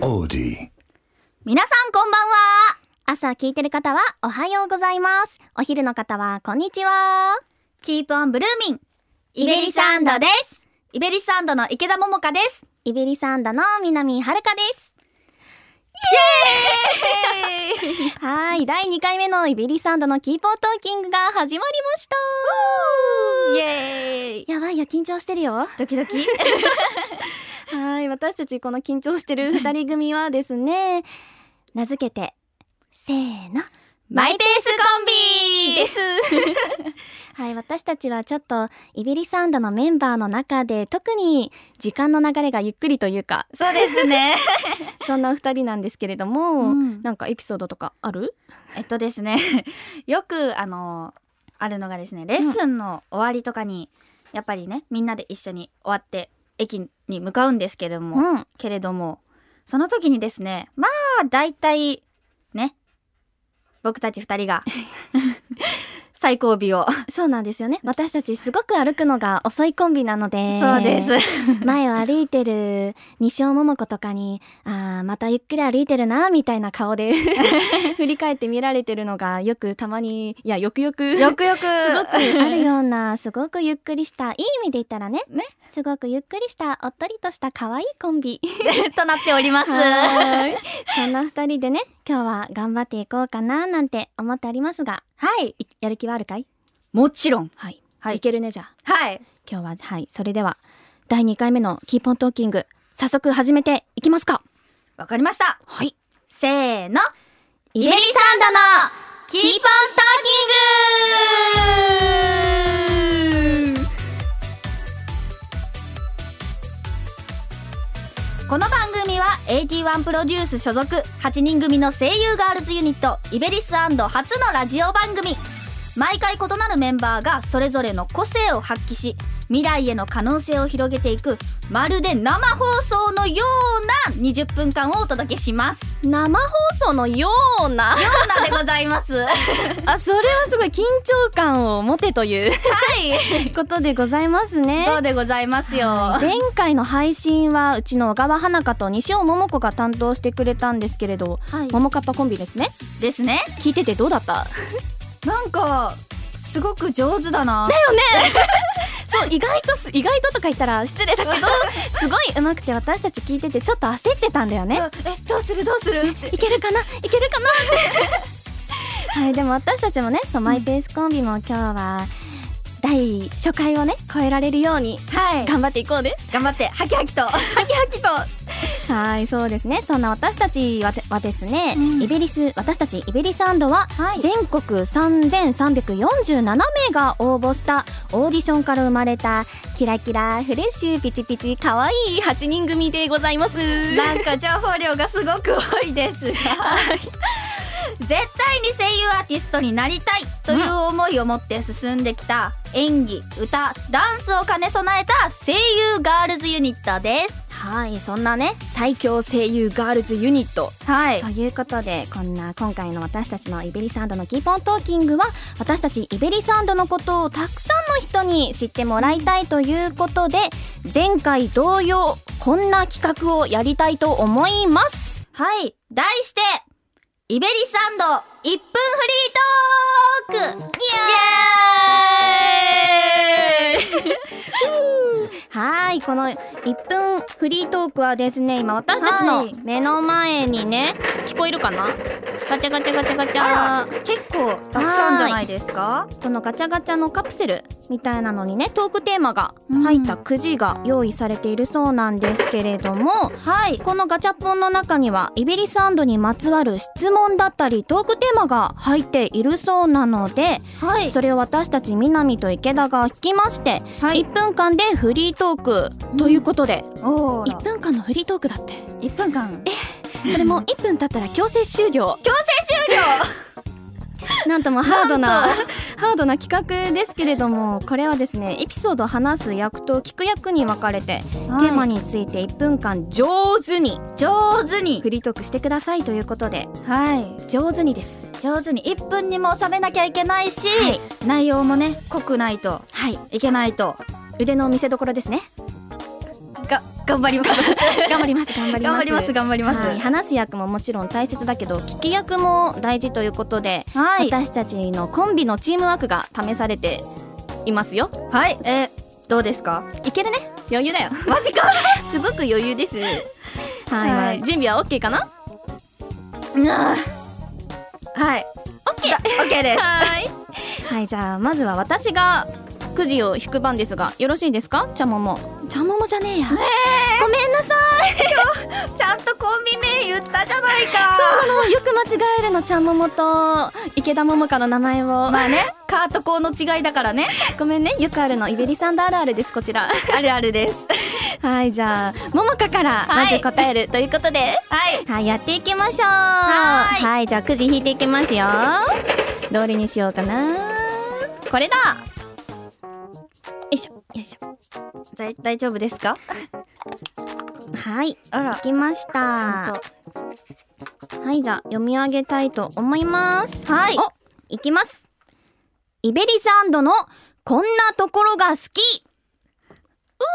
Odie. 皆さんこんばんは朝聞いてる方はおはようございますお昼の方はこんにちはキープオンブルーミンイベリサンドですイベリサンドの池田桃香ですイベリサンドの南遥ですイエーイ はい第2回目のイベリサンドのキーポートーキングが始まりましたイエーイやばいよ緊張してるよドキドキはい、私たちこの緊張してる二人組はですね、名付けて、せーの、 マイペースコンビですはい、私たちはちょっと、イベリサンドのメンバーの中で、特に時間の流れがゆっくりというか、そうですね、そんなお二人なんですけれども、なんかエピソードとかあるえっとですね よくあのあるのがですねレッスンの終わりとかに、やっぱりねみんなで一緒に終わって駅に向かうんですけれども、ん。けれどもその時にですねまあ大体ね僕たち二 人が最後尾を、そうなんですよね。私たちすごく歩くのが遅いコンビなので。そうです前を歩いてる西尾桃子とかに、ああ、またゆっくり歩いてるな、みたいな顔で 振り返って見られてるのが、よくたまに、いや、よくよく、よくよくすすごくあるような、すごくゆっくりした、いい意味で言ったらね、ねすごくゆっくりした、おっとりとした可愛いコンビ。 となっておりますはーい そんな二人でね、今日は頑張っていこうかな、なんて思ってありますが、はいいやる気はあるかいもちろんはい。はいいけるね、じゃあ。はい今日ははいそれでは第2回目のキーポントーキング早速始めていきますかわかりましたはいせーのイイベリサンドのキーポントーキングこの番組は81プロデュース所属8人組の声優ガールズユニットイベリス初のラジオ番組毎回異なるメンバーがそれぞれの個性を発揮し未来への可能性を広げていくまるで生放送のような20分間をお届けします生放送のようなようなでございます。はあ それはすごい緊張感を持てというい。 ことでございますねそうでございます よ。前回の配信はうちの小川花香と西尾桃子が担当してくれたんですけれど桃かっぱコンビですねですね。聞いててどうだったなんかすごく上手だな。そう意外とす意外ととか言ったら失礼だけど すごい上手くて私たち聞いててちょっと焦ってたんだよねそうえどうするどうするって。いけるかないけるかなって はいでも私たちもねそうマイペースコンビも今日は第初回をね超えられるようにはい。頑張っていこうね頑張ってハキハキと。ハキハキとはいそうですねそんな私たちはてはですね、うんイベリス私たちイベリスアンドはは全国3347名が応募したオーディションから生まれたキラキラフレッシュピチピチ可愛い8人組でございますなんか情報量がすごく多いですが。絶対に声優アーティストになりたいという思いを持って進んできた演技、歌、ダンスを兼ね備えた声優ガールズユニットです。はいそんなね最強声優ガールズユニットはいと。いうことでこんな今回の私たちのイベリサンドのキーポントーキングは私たちイベリサンドのことをたくさんの人に知ってもらいたいということで前回同様こんな企画をやりたいと思いますはい。題して、イベリサンド1分フリートークイエーイはいこの1分フリートークはですね今私たちはのい目の前にね聞こえるかなガチャガチャガチャガチャあら結構たくさんじゃないですかこのガチャガチャのカプセルみたいなのにねトークテーマが入ったくじが用意されているそうなんですけれども、はい。このガチャポンの中にはイベリサンドにまつわる質問だったりトークテーマが入っているそうなのでは。それを私たち南と池田が聞きまして、はい。 1分間でフリートークということで、お1分間のフリートークだって1分間。え、それも1分経ったら強制終了強制終了 なんともハードなハードな企画ですけれどもこれはですねエピソードを話す役と聞く役に分かれて、テーマにについて1分間上手に上手に。フリートークしてくださいということではい。上手にです上手に1分にも収めなきゃいけないし、はい内容もね、濃くないとはいいけないと。 腕の見せ所ですねが、頑張ります。頑張ります頑張ります 頑張ります。頑張ります。はい、話す役ももちろん大切だけど聞き役も大事ということで、はい。私たちのコンビのチームワークが試されていますよはい。えー、どうですかいけるね余裕だよマジか すごく余裕ですはい、はい準備は OK かなはい。 OK オッケーです。 はいはいじゃあまずは私がくじを引く番ですがよろしいですかちゃももちゃももじゃねえや、ごめんなさいちゃんとコンビ名言ったじゃないか。あのよく間違えるのちゃももと池田桃香の名前を、まあね、カート校の違いだからね。ごめんねよくあるのイベリサンダーあるあるですこちらあるあるです。はいじゃあ桃香からまはいず答える ということで、 はい。はい、やっていきましょう。はーいじゃあくじ引いていきますよ。どれにしようかな。これだ。よいしょ、よいしょ。だい大丈夫ですかはい、であら。きました。ちゃんと。はい、じゃあ読み上げたいと思います。はい。お、いきます。イベリサンドのこんなところが好き。うー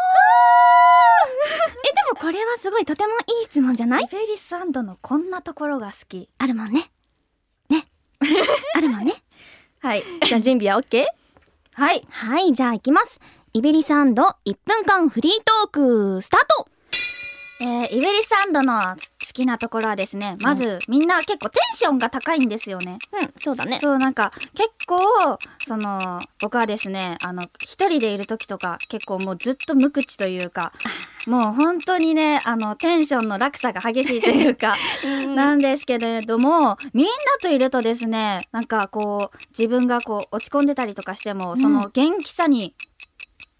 え、でもこれはすごいとてもいい質問じゃないイベリスンドのこんなところが好き。あるもんね。 ね。あるもんね。はい。じゃあ準備は OK? はい。はい、じゃあ行きます。イベリサンド1分間フリートークスタートえー、イベリサンドの好きなところはですね、まず、みんな結構テンションが高いんですよね。うん、そうだね。そう、なんか、結構、その、僕はですね、あの、一人でいる時とか、結構もうずっと無口というか、もう本当にね、あの、テンションの落差が激しいと いうか、なんですけれども、みんなといるとですね、なんかこう、自分がこう、落ち込んでたりとかしても、その元気さに、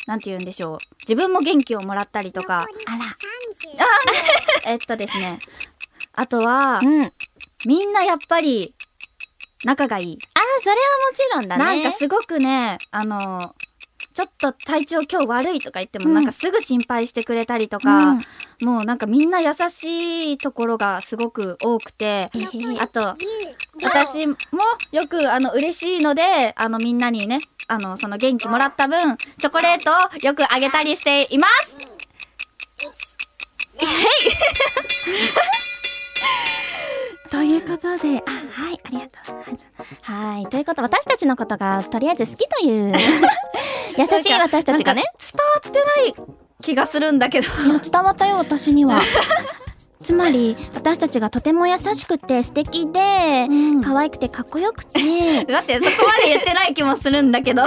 なんて言うんでしょう。自分も元気をもらったりとか、あら。えっとですね、あとはう、ん。あー、みんなやっぱり、仲がいい。それはもちろんだね。なんかすごくね、あの、ちょっと体調今日悪いとか言ってうも、んなんかすぐ心配してくれたりとうかん、もうなんかみんな優しいところがすごく多くて、へへあと、私もよくあの嬉しいので、あのみんなにね、あのその元気もらった分、チョコレートをよくあげたりしています。ということで、あ、はい、ありがとうございます。はい、ということ、私たちのことがとりあえず好きと いう、優しい私たちがね。なんか伝わってない気がするんだけど。いや、伝わったよ、私には。 つまり、私たちがとても優しくて素敵で、 うん可愛くてかっこよくて、だってそこまで言ってない気もするんだけど。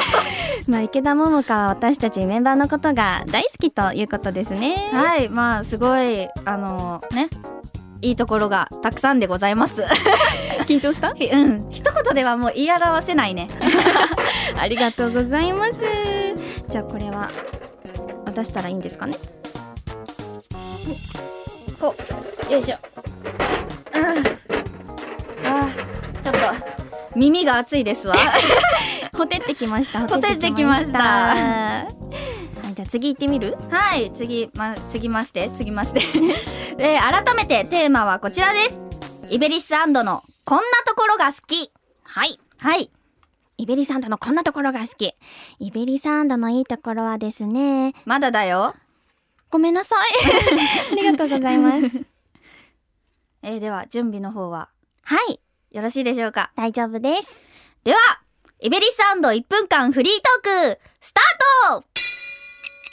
まあ、池田桃香は私たちメンバーのことが大好きということですね。はい、まあすごいあのね、いいところがたくさんでございます。 緊張したひうん、一言ではもう言い表せないね。ありがとうございます。じゃあこれは渡したらいいんですかねこう、よいしょ。うん、あー、ちょっと耳が熱いですわ。 ほてってきました。ほてってきましたはい、じゃあ次行ってみるはい、次、ま、次まして、次まして。 えー改めてテーマはこちらです。イベリスのこんなところが好き。はい。はい。イベリサンドのこんなところが好き。イベリサンドのいいところはですね、まだだよ。ごめんなさ い。ありがとうございます。えーでは、準備の方は はい、よろしいでしょうか。大丈夫です。では、イベリス1分間フリートーク、スタート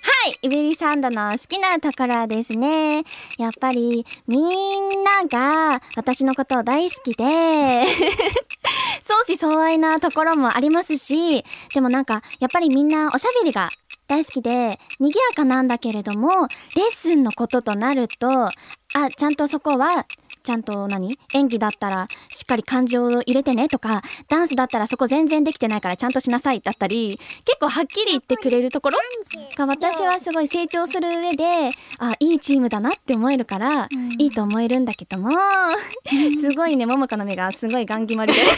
はい、イベリサンドの好きなところはですね、やっぱりみんなが私のことを大好きで、 相思相愛なところもありますし、でもなんかやっぱりみんなおしゃべりが大好きで、賑やかなんだけれども、レッスンのこととなると、あ、ちゃんとそこは、ちゃんと何演技だったらしっかり感情を入れてねとか、ダンスだったらそこ全然できてないからちゃんとしなさいだったり、結構はっきり言ってくれるところが私はすごい成長する上で、あ、いいチームだなって思えるから、いいと思えるんだけども、 すごいね、ももかの目がすごいガン決まりで。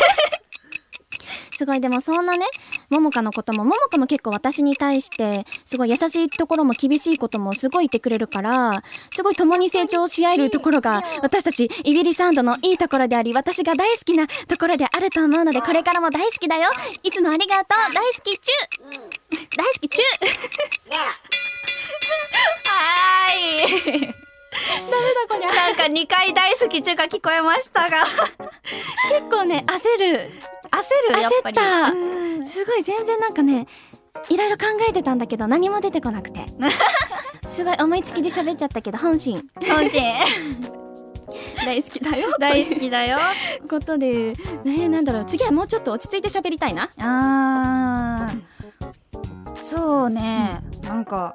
すごいでもそんなねももかのこともももかも結構私に対してすごい優しいところも厳しいこともすごい言ってくれるからすごい共に成長し合えるところが私たちイビリサンドのいいところであり私が大好きなところであると思うのでこれからも大好きだよいつもありがとう大好 きチュー大好きチューはいこりゃなんか2回大好き中華聞こえました が結構ね焦る焦るやっぱり焦ったうんすごい全然なんかねいろいろ考えてたんだけど何も出てこなく てすごい思いつきで喋っちゃったけど本心本心 大好きだよ大好きだ よということでねなんだろう次はもうちょっと落ち着いて喋りたいなあーそうね、なんか、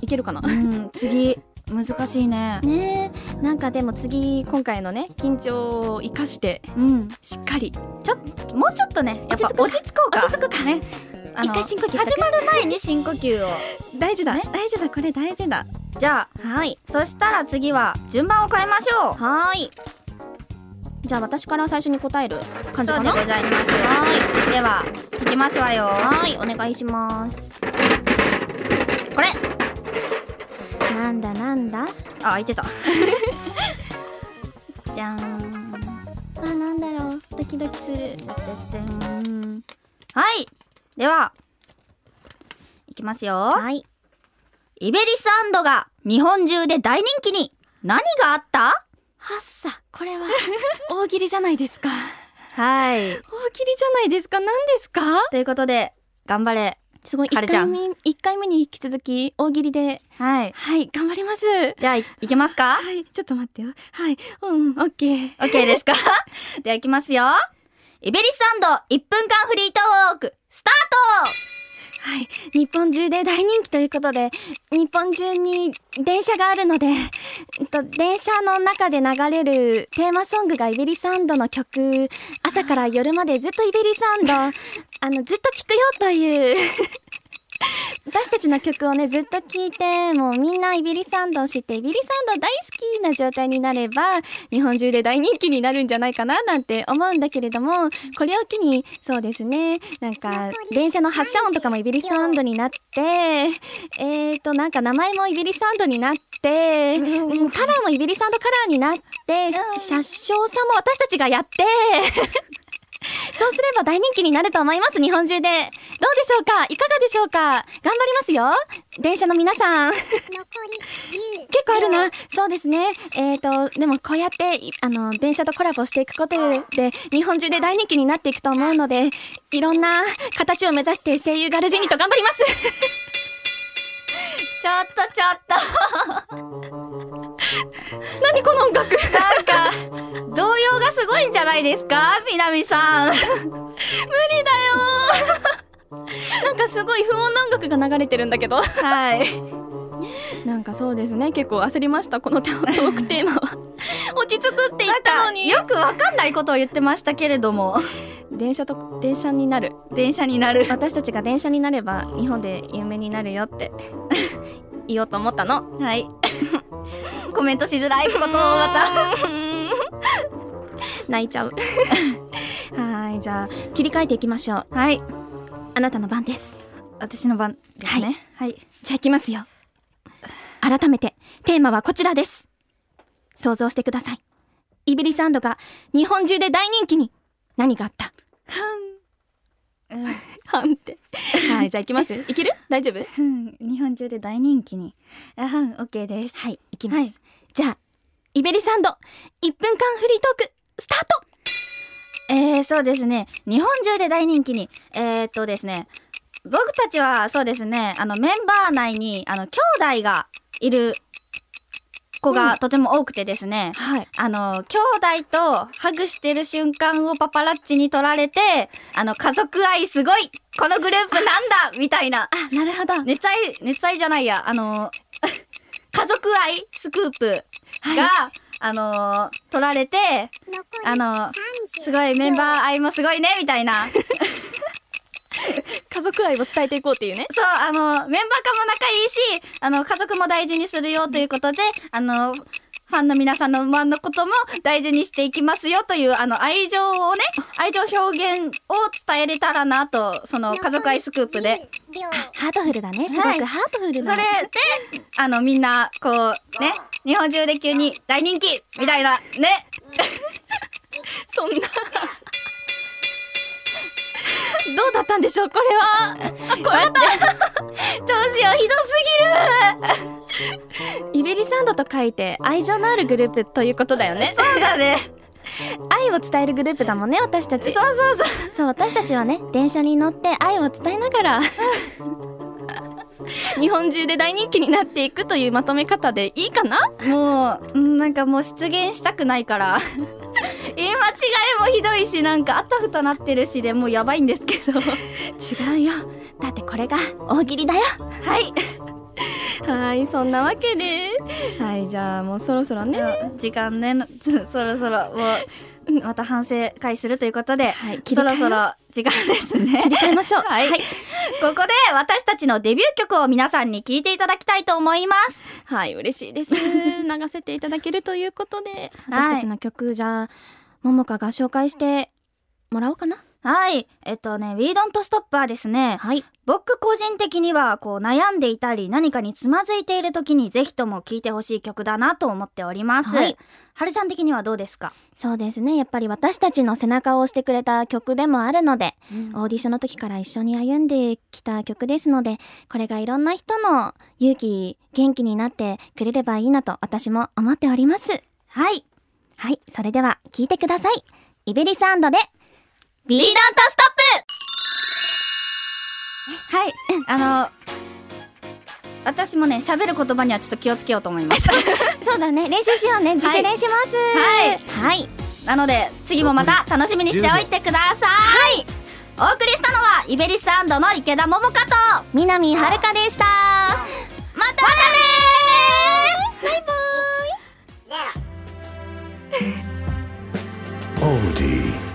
いけるかなうん、次難しいねねえなんかでも次今回のね緊張を生かしてうんしっかりもうちょっとねやっぱ落落ち着こうか落ち着くかねあの一回深呼吸しと始くまる前に深呼吸を大事だ、大事だこれ大事だじゃあはいそしたら次は順番を変えましょうはーいじゃあ私から最初に答える感じそかなうでごはざいますーではいきますわよいはーいお願いしますこれなんだなんだあ開いてた じゃんあなんだろうドキドキするじゃじゃんはいではいきますよはいイベリスアンドが日本中で大人気に何があったはっさこれは 大喜利じゃないですかはい大喜利じゃないですか何ですか ということで頑張れすごいは1るちゃ回ん目一回目に引き続き大喜利ではいはい頑張りますではいいけますかはいちょっと待ってよはいうんオッケー OK ですかではいきますよイベリスアンド1分間フリートークスタートはい日本中で大人気ということで日本中に電車があるので、えっと、電車の中で流れるテーマソングがイベリサンドの曲朝から夜までずっとイベリサンドあのずっと聴くよという 私たちの曲をねずっと聴いてもうみんなイベリサンドを知ってイベリサンド大好きな状態になれば日本中で大人気になるんじゃないかななんて思うんだけれどもこれを機にそうですねなんか電車の発車音とかもイベリサンドになってえーとなんか名前もイベリサンドになって、うん、カラーもイベリサンドカラーになって車掌さんも私たちがやって そうすれば大人気になると思います日本中でどうでしょうかいかがでしょうか頑張りますよ電車の皆さん結構あるな。そうですね。えっ、と、でもこうやって、いあの、電車とコラボしていくことで、日本中で大人気になっていくと思うので、いろんな形を目指して声優ガルジェニット頑張ります。 ちょっとちょっと何この音楽無なんか動揺がすごいんじゃないですか南さん理だよ なんかすごい不穏な音楽が流れてるんだけど。はいなんかそうですね。結構焦りました、このトークテーマ は。落ち着くって言なっんたかのに。よくわかんないことを言ってましたけれども電車と、電車になる。電車になる私たちが電車になれば、日本で有名になるよって 言おうと思ったの。はい コメントしづらいことをま泣いちゃう はいじゃあ切り替えていきましょうたはいあなたの番です私の番ですねはい、じゃあいきますよ改めてテーマはこちらです想像してくださいイベリサンドが日本中で大人気に何があったはんってはいじゃあいき ますいける大丈夫うん日本中で大人気にあはんオッケーですはいいきます、はいじゃあイベリサンド1分間フリートークスタートえー、そうですね日本中で大人気にえー、っとですね僕たちはそうですねあのメンバー内にあの兄弟がいる子うがんとても多くてですね、はいあの、兄弟とハグしてる瞬間をパパラッチに撮られて、あの、家族愛すごいこのグループなんだみたいな。あなるほど熱愛、熱愛じゃないや、あの、 家族愛スクープが、はいあの、撮られて、あの、すごいメンバー愛もすごいね、みたいな。そう、家族愛を伝えていこうっていうねあの、メンバー間も仲いいし、あの、家族も大事にするよということで、あの、ファンの皆さんの馬のことも大事にしていきますよという、あの、愛情をね、愛情表現を伝えれたらなと、その、家族愛スクープで。ハートフルだねすごはいくハートフルそな、れで、あの、みんな、こう、ね、日本中で急に大人気みたいな、ね。そんな。どうだったんでしょうこれは。あ、これだった。どうしよう、ひどすぎるイベリサンドと書いて愛情のあるグループということだよねそうだね。愛を伝えるグループだもんね私たそちうそうそう。そう私たちはね電車に乗って愛を伝えながら日本中で大人気になっていくというまとめ方でいいかなもう、うんなんかもう出現したくな いから。言い間違いもひどいし、なんかあたふたなってるしでもうやばいんですけ ど。違うよだってこれが大喜利だよはい。はいそんなわけではいじゃあもうそろそろね時間ね、のつそろそろもう、また反省会するということで、はい切りそ替ろえそよう ろ時間ですね。切り替えま しょうはいはい、ここで私たちのデビュー曲を皆さんに聴いていただきたいと思います。はい嬉しいです 流せていただけるということではい私たちの曲じゃあももかが紹介してもらおうかなはい。えっとね、We Don't Stop はですね、はい僕個人的にはこう悩んでいたり何かにつまずいている時にぜひとも聴いてほしい曲だなと思っております。ははいるちゃん的にはどうですか、そうですねやっぱり私たちの背中を押してくれた曲でもあるのでオーディションの時から一緒に歩んできた曲ですのでこれがいろんな人の勇気元気になってくれればいいなと私も思っておりますはい。はいそれでは聴いてくださいイベリサンドで We Don't Stop! はい。 あの、私もね、喋る言葉にはちょっと気をつけようと思い ます。 そうだね練習しようね自主練しますはいはい、はい、なので次もまた楽しみにしておいてくださいお送りしたのはイベリスの池田桃香と南はるかでしたまたねバイバイ Odie.